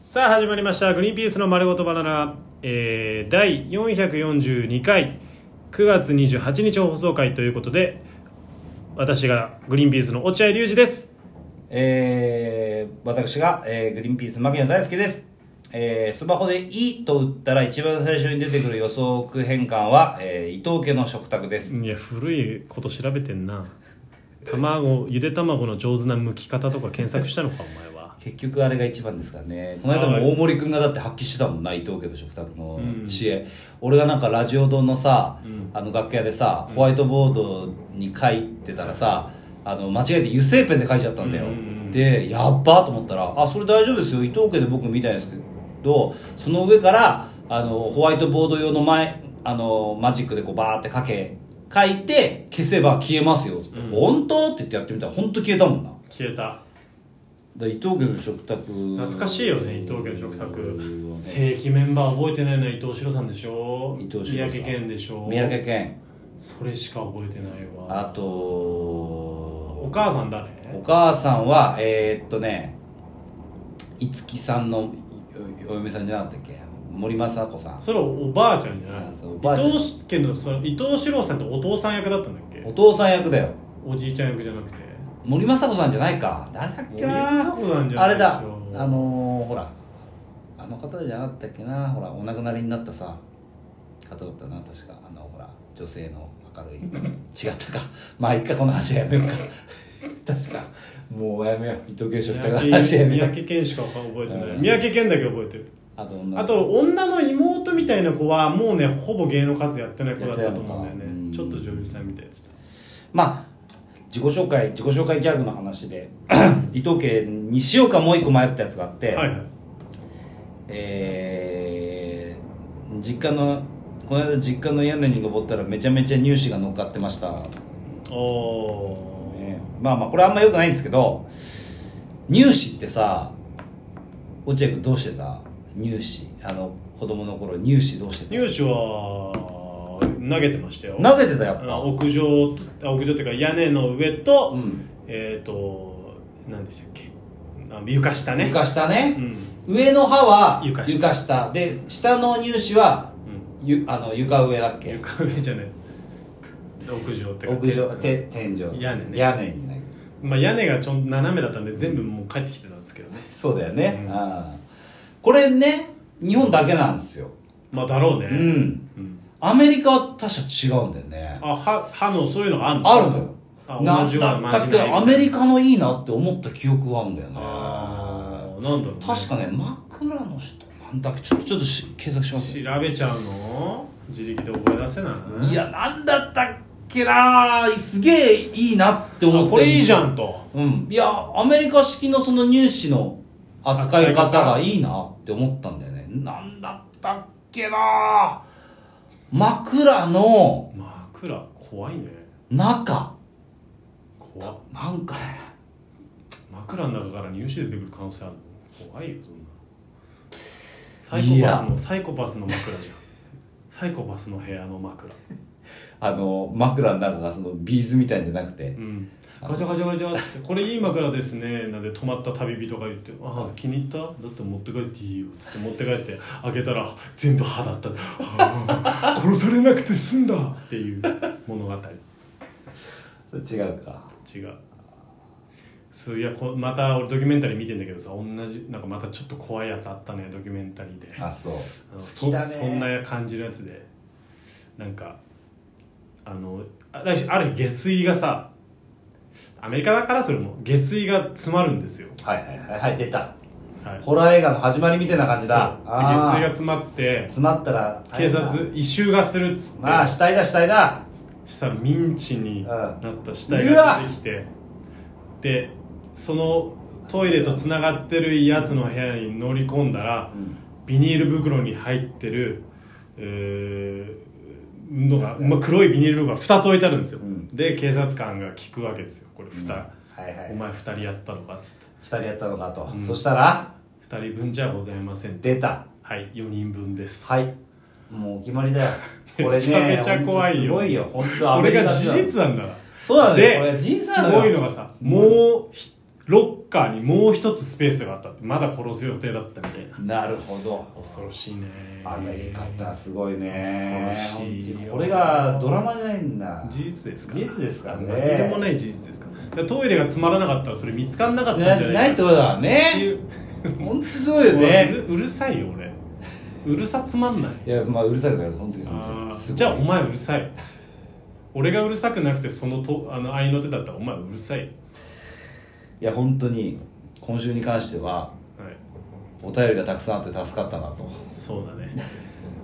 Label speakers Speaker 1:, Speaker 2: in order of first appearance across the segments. Speaker 1: さあ始まりました「グリーンピースの丸ごとバナナ」えー、第442回9月28日放送回ということで私がグリーンピースの落合隆二です
Speaker 2: えー、私が、えーグリーンピース牧野大輔です、えースマホで「い」と打ったら一番最初に出てくる予測変換は、えー伊藤家の食卓です
Speaker 1: いや古いこと調べてんな卵ゆで卵の上手な剥き方とか検索したのかお前は
Speaker 2: 結局あれが一番ですからねこの間も大森君がだって発揮してたもんな伊藤家の食卓の知恵、俺がなんかラジオ丼のさ、あの楽屋でさホワイトボードに書いてたらさあの間違えて油性ペンで書いちゃったんだよ、でやっばと思ったら「あそれ大丈夫ですよ伊藤家で僕見たんですけどその上からあのホワイトボード用の前あのマジックでこうバーって書け書いて消せば消えますよ」つって「本当?」って言ってやってみたら本当消えたもんな
Speaker 1: 消えた
Speaker 2: だから伊藤家の食卓
Speaker 1: 懐かしいよね伊藤家の食卓正規メンバー覚えてないのは伊藤四郎さんでしょ
Speaker 2: 伊藤四郎さん
Speaker 1: 三宅健でしょ
Speaker 2: 三宅健
Speaker 1: それしか覚えてないわ
Speaker 2: あと
Speaker 1: お
Speaker 2: お
Speaker 1: 母さん誰
Speaker 2: 母さんはえー、っとね五木さんのおお嫁さんじゃなかったっけ森政子さん
Speaker 1: それおばあちゃんじゃない
Speaker 2: あそうおばあちゃん
Speaker 1: 伊藤家のその伊藤四郎さんってお父さん役だったんだっけ
Speaker 2: お父さん役だよ
Speaker 1: おじいちゃん役じゃなくて
Speaker 2: 森政子さんじゃないか誰だっけな
Speaker 1: 森政子さんじゃ
Speaker 2: あ
Speaker 1: な
Speaker 2: れ
Speaker 1: いでしょ
Speaker 2: だあのー、ほらあの方じゃなかったっけなほらお亡くなりになったさ方だったな確かあのほら女性の明るい違ったか まあ一回この話はやめようか 確かもうやめよう伊藤慶
Speaker 1: 三
Speaker 2: 食卓の
Speaker 1: 宅
Speaker 2: 話やめ
Speaker 1: 三
Speaker 2: よう
Speaker 1: 宅健しか覚えてな
Speaker 2: う
Speaker 1: い
Speaker 2: ん
Speaker 1: 三宅健だけ覚えてる
Speaker 2: あと女の子
Speaker 1: あと女の妹みたいな子はもうねほぼ芸能活動やってない子だった
Speaker 2: やっ
Speaker 1: と
Speaker 2: てないのか
Speaker 1: 思うんだよ
Speaker 2: う
Speaker 1: ね
Speaker 2: ん
Speaker 1: ちょっと女優さんみたいな
Speaker 2: まあ自己紹介自己紹介ギャグの話で 伊藤家にしようかもう一個迷ったやつがあって、
Speaker 1: はいはい
Speaker 2: えー実家のこの間実家の屋根に登ったらめちゃめちゃ乳歯が乗っかってました、
Speaker 1: おー
Speaker 2: ねまあまあこれあんま良くないんですけど乳歯ってさ落合君どうしてた乳歯あの子供の頃乳歯どうして
Speaker 1: 入手は投げてましたよ
Speaker 2: た投げてたやっ
Speaker 1: あ
Speaker 2: ぱ
Speaker 1: 屋上とあ屋上っていうか屋根の上と、
Speaker 2: うん
Speaker 1: えっ、ー、と何でしたっけあ床下ね
Speaker 2: 床下ね、
Speaker 1: うん
Speaker 2: 上の歯は
Speaker 1: 床下
Speaker 2: 床下で下の乳歯は
Speaker 1: うん
Speaker 2: ゆあの床上だっけ
Speaker 1: 床上じゃない屋上ってか
Speaker 2: 屋上
Speaker 1: て
Speaker 2: て天井
Speaker 1: 屋根ね
Speaker 2: 屋根にね
Speaker 1: まあ、屋根がちょん斜めだったんで全部もう帰ってきてたんですけどね
Speaker 2: そうだよね、
Speaker 1: うん
Speaker 2: ああこれね日本だけなんですよ
Speaker 1: まあだろうね
Speaker 2: う、ん
Speaker 1: うん
Speaker 2: アメリカは確か違うんだよね
Speaker 1: あ歯歯のそういうのがあるの
Speaker 2: あるのよ
Speaker 1: あ
Speaker 2: な
Speaker 1: 同じような
Speaker 2: だだっ
Speaker 1: まじ
Speaker 2: て
Speaker 1: ない
Speaker 2: アメリカのいいなって思った記憶があるんだよね
Speaker 1: あーなんだろう、ね、
Speaker 2: 確かね枕の人なんだっけちょっとちょっとし検索します
Speaker 1: 調べちゃうの自力で覚え出せない
Speaker 2: いやなんだったっけなすげえいいなって思っ
Speaker 1: あ
Speaker 2: て
Speaker 1: これいいじゃんと
Speaker 2: うん、いやアメリカ式のその入試の扱い方がいいなって思ったんだよねなんだったっけな枕の
Speaker 1: 枕怖いね
Speaker 2: 中
Speaker 1: 怖っ
Speaker 2: なんかね
Speaker 1: 枕の中から入試出てくる可能性あるの怖いよそんなサイコパスのサイコパスの枕じゃんサイコパスの部屋の枕
Speaker 2: あの枕の中がそのビーズみたいじゃなくて
Speaker 1: うんガチャガチャガチャっつって「これいい枕ですね」なんで泊まった旅人が言って「ああ気に入っただって持って帰っていいよ」っつって持って帰って開けたら全部歯だった ああ殺されなくて済んだっていう物語
Speaker 2: 違うか
Speaker 1: 違うそういやこまた俺ドキュメンタリー見てんだけどさ同じなんかまたちょっと怖いやつあったねドキュメンタリーで
Speaker 2: あそう
Speaker 1: あの
Speaker 2: 好きだね
Speaker 1: そそんな感じのやつでなんかあのあある日ある日下水がさアメリカだからそれも下水が詰まるんですよ、
Speaker 2: はいはいはいはい出た
Speaker 1: はい、
Speaker 2: ホラー映画の始まりみたいな感じだ
Speaker 1: そうで
Speaker 2: あ
Speaker 1: 下水が
Speaker 2: ー
Speaker 1: 詰まって
Speaker 2: 詰まったら
Speaker 1: 警
Speaker 2: 大変だ
Speaker 1: 察異臭がするっつって
Speaker 2: まあ死体だ死体だ
Speaker 1: したらミンチに
Speaker 2: うん
Speaker 1: なった死体が出てきてでそのトイレとつながってるやつの部屋に乗り込んだら、ビニール袋に入ってる、えーのが、まあ、黒いビニール袋が2つ置いてあるんですよ、
Speaker 2: ん
Speaker 1: で警察官が聞くわけですよこれ2、
Speaker 2: はいはい
Speaker 1: お前2人やったのかっつって
Speaker 2: 二人やったのかと、そしたら
Speaker 1: 2人分じゃございませんって
Speaker 2: 出た
Speaker 1: はい4人分です
Speaker 2: はいもうお決まりだよこれ ね
Speaker 1: めちゃめちゃ怖いよ
Speaker 2: ほんとすごいよ本当
Speaker 1: これが事実なんだ
Speaker 2: そうなんだよこ
Speaker 1: で
Speaker 2: れ事実
Speaker 1: す
Speaker 2: なのよ
Speaker 1: ごいのがさもうひ6ッカーにもう一つスペースがあったってまだ殺す予定だったみたいな
Speaker 2: なるほど
Speaker 1: 恐ろしいね
Speaker 2: アメリカってのはすごいね
Speaker 1: 恐ろしいよ
Speaker 2: 本当にこれがドラマじゃないんだ
Speaker 1: 事実ですから
Speaker 2: 事実ですからね
Speaker 1: 何にもない事実ですからだからトイレがつまらなかったらそれ見つかんなかったんじゃ
Speaker 2: な
Speaker 1: ない
Speaker 2: ないって
Speaker 1: か
Speaker 2: ことだ
Speaker 1: って
Speaker 2: ね
Speaker 1: いう
Speaker 2: 本当すごいよ
Speaker 1: う
Speaker 2: ね
Speaker 1: るうるさいよ俺うるさつまんない
Speaker 2: いやまあうるさくなる本当に本
Speaker 1: あ
Speaker 2: 当に
Speaker 1: ー
Speaker 2: すごい
Speaker 1: じゃあお前うるさい俺がうるさくなくてそのとあの愛の手だったらお前うるさい、はい、
Speaker 2: いや本当に今週に関してはお便りがたくさんあって助かったなと
Speaker 1: そうだね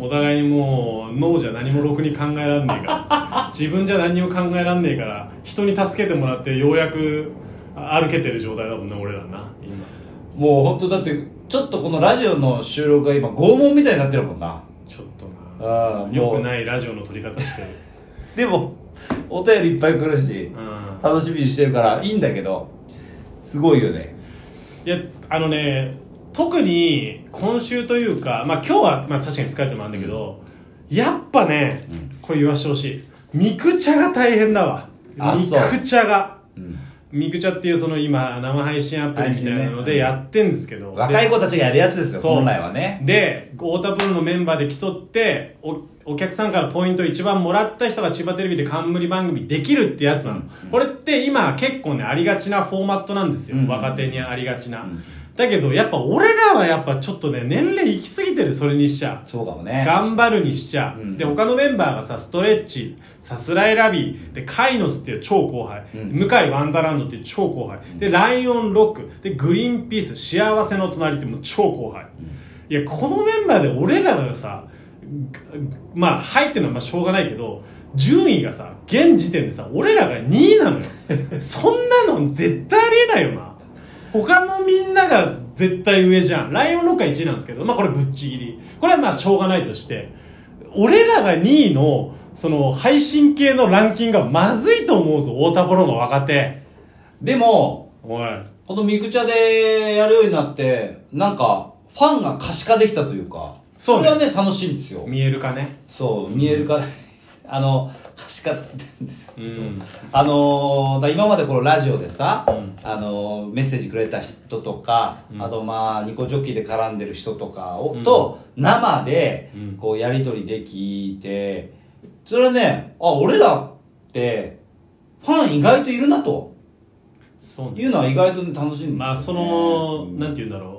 Speaker 1: お互いにもう脳じゃ何もろくに考えらんねえから自分じゃ何にも考えらんねえから人に助けてもらってようやくあ歩けてる状態だもんね俺らな今
Speaker 2: もう本当だってちょっとこのラジオの収録が今拷問みたいになってるもんな
Speaker 1: ちょっと
Speaker 2: あ
Speaker 1: な
Speaker 2: ー
Speaker 1: 良
Speaker 2: もう
Speaker 1: くないラジオの撮り方してる
Speaker 2: でもお便りいっぱい来るし
Speaker 1: うん
Speaker 2: 楽しみにしてるからいいんだけどすごいよね
Speaker 1: いやあのね特に今週というか、まあ、今日は、まあ、確かに疲れてもあるんだけど、やっぱね、これ言わしてほしいミクチャが大変だわ
Speaker 2: あそう
Speaker 1: ミクチャが
Speaker 2: うん
Speaker 1: ミクチャっていうその今生配信アプリみたいなの
Speaker 2: 配信ねう
Speaker 1: で
Speaker 2: ん
Speaker 1: やってんですけど、
Speaker 2: 若い子たちがやるやつですよ
Speaker 1: そう
Speaker 2: 本来はね
Speaker 1: で太田プロのメンバーで競っておお客さんからポイント一番もらった人が千葉テレビで冠番組できるってやつなの、これって今結構ねありがちなフォーマットなんですよ、
Speaker 2: うん
Speaker 1: 若手にありがちな、
Speaker 2: ん
Speaker 1: だけどやっぱ俺らはやっぱちょっとね年齢いきすぎてるそれにしちゃ
Speaker 2: そうかもね
Speaker 1: 頑張るにしちゃ、
Speaker 2: うん
Speaker 1: で他のメンバーがさストレッチさすらいラビーでカイノスっていう超後輩、
Speaker 2: うん
Speaker 1: 向井ワンダーランドっていう超後輩、でライオンロックでグリーンピース幸せの隣ってもう超後輩、いやこのメンバーで俺らがさぐまあ入ってるのはまあしょうがないけど順位がさ現時点でさ俺らが2位な のよそんなの絶対ありえないよな他のみんなが絶対上じゃん。ライオンロッカー1位なんですけど、まあこれぶっちぎり。これはまあしょうがないとして、俺らが2位の、その配信系のランキングがまずいと思うぞ、太田プロの若手。
Speaker 2: でも
Speaker 1: おい。
Speaker 2: このミクチャでやるようになってなんかファンが可視化できたというか
Speaker 1: そうね
Speaker 2: れはね楽しいんですよ
Speaker 1: 見えるかね。
Speaker 2: そう見えるかあの可視化ってんです
Speaker 1: うん。
Speaker 2: あのーだ今までこのラジオでさ、
Speaker 1: うん
Speaker 2: あのーメッセージくれた人とか、あとまあニコジョッキーで絡んでる人とかを、と生で
Speaker 1: うん
Speaker 2: こうやり取りできてそれはねあ俺だってファン意外といるなと
Speaker 1: そう
Speaker 2: い
Speaker 1: ね。
Speaker 2: うのは意外とね楽しいんですよ、ね、
Speaker 1: まあその、
Speaker 2: うん
Speaker 1: なんて言うんだろう。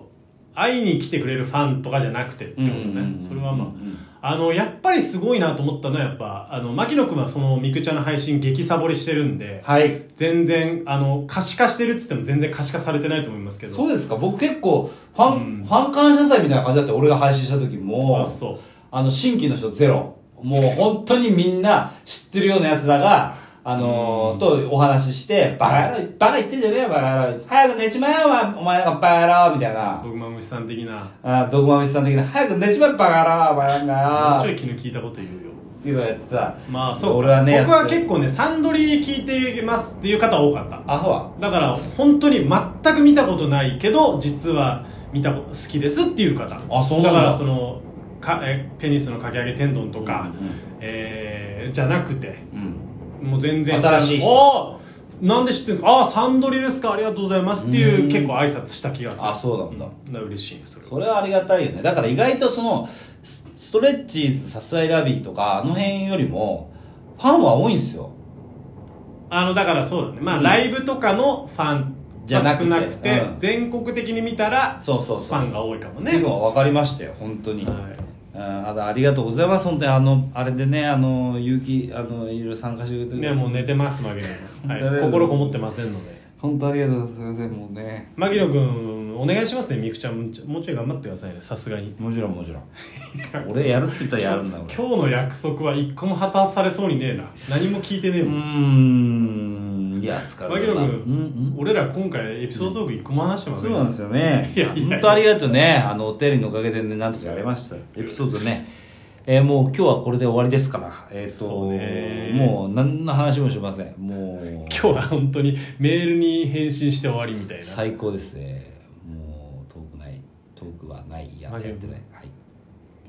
Speaker 1: 会いに来てくれるファンとかじゃなくてってこと
Speaker 2: うんうんうん
Speaker 1: ね。それはまあ
Speaker 2: う。ん
Speaker 1: あの、やっぱりすごいなと思ったのは、やっぱ、あの、牧野くんはその、ミクチャの配信激サボりしてるんで、
Speaker 2: はい
Speaker 1: 全然あの可視化してるっつっても全然可視化されてないと思いますけど
Speaker 2: そうですか僕結構ファン、ファン感謝祭みたいな感じだったよ俺が配信した時も
Speaker 1: あそう
Speaker 2: あの、新規の人ゼロ。もう本当にみんな知ってるようなやつだが、あのーとお話しして、バカ野郎、バカ言ってんじゃねえよ、バカ野郎。早く寝ちまえよ、お前がバカ野郎、みたいな。
Speaker 1: ドグマムシさん的な
Speaker 2: あードグマミスさん的な、早く寝ちまえ、バカ野郎、バカ
Speaker 1: もうち
Speaker 2: 野
Speaker 1: ょ
Speaker 2: 郎。
Speaker 1: い気の利いたこと言うよ
Speaker 2: っていうのをやってた。
Speaker 1: まあそう
Speaker 2: 俺はね
Speaker 1: 僕は
Speaker 2: やって
Speaker 1: 結構ねサンドリー聞いてますっていう方多かった
Speaker 2: アホは。
Speaker 1: だから本当に全く見たことないけど実は見たこと好きですっていう方
Speaker 2: あそうなんだ
Speaker 1: からそのかえペニスのかき揚げ天丼とか、
Speaker 2: うんうん
Speaker 1: えーじゃなくて
Speaker 2: うん。
Speaker 1: もう全然
Speaker 2: 新しい人
Speaker 1: ああなんで知ってるんですかああサンドリーですかありがとうございますっていううん結構挨拶した気がする
Speaker 2: あ、そうなんだ。
Speaker 1: な嬉しいねそれは
Speaker 2: それはありがたいよね。だから意外とその、スストレッチーズ、サスライラビーとか、あの辺よりも、ファンは多いんですよ。
Speaker 1: あのだからそうだねまあ、
Speaker 2: うん
Speaker 1: ライブとかのファン
Speaker 2: じゃなくて
Speaker 1: 少なくて、
Speaker 2: うん
Speaker 1: 全国的に見たら
Speaker 2: そうそうそう。
Speaker 1: ファンが多いかもね
Speaker 2: っていうのは分かりましたよ本当に、
Speaker 1: は
Speaker 2: うんあのありがとうございます本当にあのあれでねあの結城あのいろいろ参加してくれて、
Speaker 1: いねもう寝てます牧野君、
Speaker 2: 誰
Speaker 1: はい、
Speaker 2: だ
Speaker 1: 心こもってませんので
Speaker 2: 本当ありがとうございますすいませんもうね
Speaker 1: 牧野君お願いしますねみくちゃんもうちょもうちょい頑張ってくださいねさすがに
Speaker 2: もちろんもちろん 俺やるって言ったらやるんだ俺
Speaker 1: 今日の約束は一個も果たされそうにねえな何も聞いてねえ
Speaker 2: う
Speaker 1: もん、
Speaker 2: ーんいや疲れ
Speaker 1: 牧
Speaker 2: た
Speaker 1: 野
Speaker 2: な
Speaker 1: 君、
Speaker 2: うん
Speaker 1: 俺ら今回エピソードトーク一個も話して
Speaker 2: う
Speaker 1: ま
Speaker 2: ん
Speaker 1: せん
Speaker 2: そう
Speaker 1: よ
Speaker 2: なんですよね
Speaker 1: いやいや
Speaker 2: 本当ありがとうねあのお便りのおかげでねなんとかやれましたエピソードねえーもう今日はこれで終わりですからえっ、
Speaker 1: そうね
Speaker 2: ともう何の話もしませんもう
Speaker 1: 今日は本当にメールに返信して終わりみたいな
Speaker 2: 最高ですねもう遠くない遠くはないやや
Speaker 1: マ
Speaker 2: っ
Speaker 1: ジ
Speaker 2: て
Speaker 1: で
Speaker 2: ないはい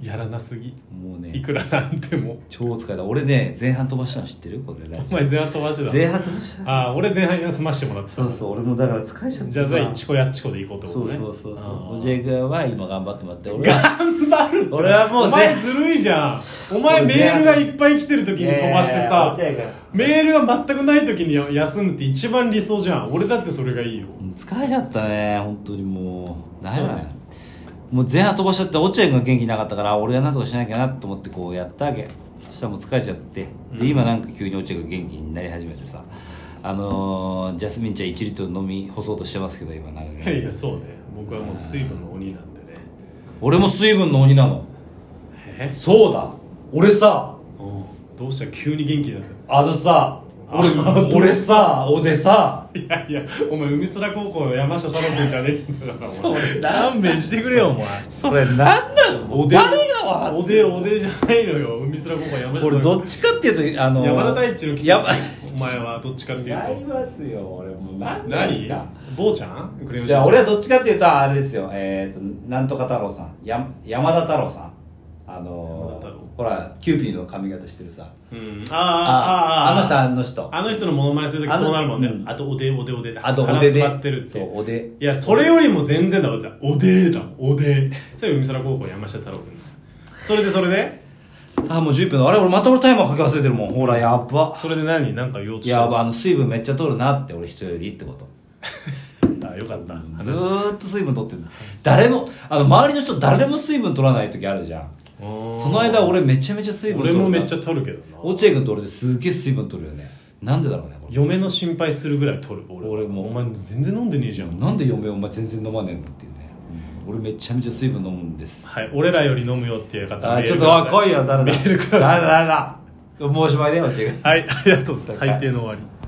Speaker 1: やらなすぎ
Speaker 2: もう
Speaker 1: い
Speaker 2: ね
Speaker 1: くらなんでも
Speaker 2: 超疲れた俺ね前半飛ばしたの知ってるこれね
Speaker 1: お前前半飛ばしてた
Speaker 2: 前半飛ばした
Speaker 1: ああ俺前半休ましてもらってた
Speaker 2: そうそう俺もだから疲れちゃって
Speaker 1: じゃあザイチコやっちこで行こうってこと
Speaker 2: そう
Speaker 1: ね
Speaker 2: そうそう
Speaker 1: あ
Speaker 2: そう
Speaker 1: ー
Speaker 2: おじい君は今頑張ってもらって俺は俺はも
Speaker 1: お
Speaker 2: う前
Speaker 1: 前ずるいじゃんお前メールがいっぱい来てる時に飛ばしてさ
Speaker 2: ねえ落合
Speaker 1: メールが全くない時に休むって一番理想じゃん俺だってそれがいいよ
Speaker 2: 君疲れちゃったね本当にもうだめだねもう前半飛ばしちゃって落合君が元気なかったから俺が何とかしなきゃなと思ってこうやったわけそしたらもう疲れちゃってで今なんか急に落合君が元気になり始めてさあのー、ジャスミン茶1リットル飲み干そうとしてますけど今なん
Speaker 1: い
Speaker 2: か
Speaker 1: やいやそうね僕はもう水分の鬼なんでね
Speaker 2: 俺も水分の鬼なの
Speaker 1: え
Speaker 2: そうだ俺さ
Speaker 1: うんどうした急に元気になっちゃっ
Speaker 2: あのさ
Speaker 1: あ
Speaker 2: 俺俺さ 俺さ
Speaker 1: たいやいやお前海空高校の山下太郎君じゃねえんだからお前
Speaker 2: そうだ
Speaker 1: 勘弁してくれよお前
Speaker 2: それなんなの
Speaker 1: おで
Speaker 2: 誰がわ
Speaker 1: おでおでじゃないのよ海空高校山下
Speaker 2: 俺
Speaker 1: 太
Speaker 2: ど
Speaker 1: 郎
Speaker 2: っちかっていうとあの
Speaker 1: 君山田大地の奇
Speaker 2: やば
Speaker 1: 跡お前はどっちかっていうと
Speaker 2: 違いますよ俺もう何です
Speaker 1: 何
Speaker 2: か
Speaker 1: 坊ちゃんクレヨン
Speaker 2: じゃあ俺はどっちかっていうとあれですよえっ、となんとか太郎さんや山田太郎さんあ
Speaker 1: 山田
Speaker 2: の
Speaker 1: 太郎
Speaker 2: ほらキューピーの髪型してるさ
Speaker 1: うんあ
Speaker 2: あ
Speaker 1: ああ
Speaker 2: あの人
Speaker 1: あ
Speaker 2: あの人
Speaker 1: あの人のモノマネするとき
Speaker 2: あの
Speaker 1: そうなるもんね
Speaker 2: うん
Speaker 1: あとおでおでおで
Speaker 2: あとおでで
Speaker 1: 鼻詰まってるって
Speaker 2: そうおで
Speaker 1: いやそれよりも全然だわおでだおでそれ海空高校山下太郎君ですよそれでそれで
Speaker 2: あもう10分あれ俺また俺タイマーかけ忘れてるもんほらやば
Speaker 1: それで何なんか言おうと
Speaker 2: い
Speaker 1: して
Speaker 2: やあの水分めっちゃ取るなって俺人よりってこと
Speaker 1: あよかった話
Speaker 2: ずーっと水分取ってる誰もあの周りの人誰も水分取らない時あるじゃん
Speaker 1: うん
Speaker 2: その間俺めちゃめちゃ水分取
Speaker 1: 俺
Speaker 2: る
Speaker 1: もめっち
Speaker 2: ゃ
Speaker 1: ゃ取るけどな
Speaker 2: 落合君と俺ですげえ水分取るよねなんでだろうねこれ
Speaker 1: 嫁の心配するぐらい取る俺
Speaker 2: 俺も
Speaker 1: お前全然飲んでねえじゃん
Speaker 2: なんで嫁お前全然飲まねえのっていうね、俺めちゃめちゃ水分飲むんです
Speaker 1: はい俺らより飲むよっていう方
Speaker 2: あ
Speaker 1: メール
Speaker 2: ちょっ
Speaker 1: く
Speaker 2: と
Speaker 1: ださ
Speaker 2: あ来いよ誰だ
Speaker 1: メールください
Speaker 2: 誰だ誰だもうおしまいだよ落合君
Speaker 1: はいありがとうございます
Speaker 2: そうか
Speaker 1: 最低の終わり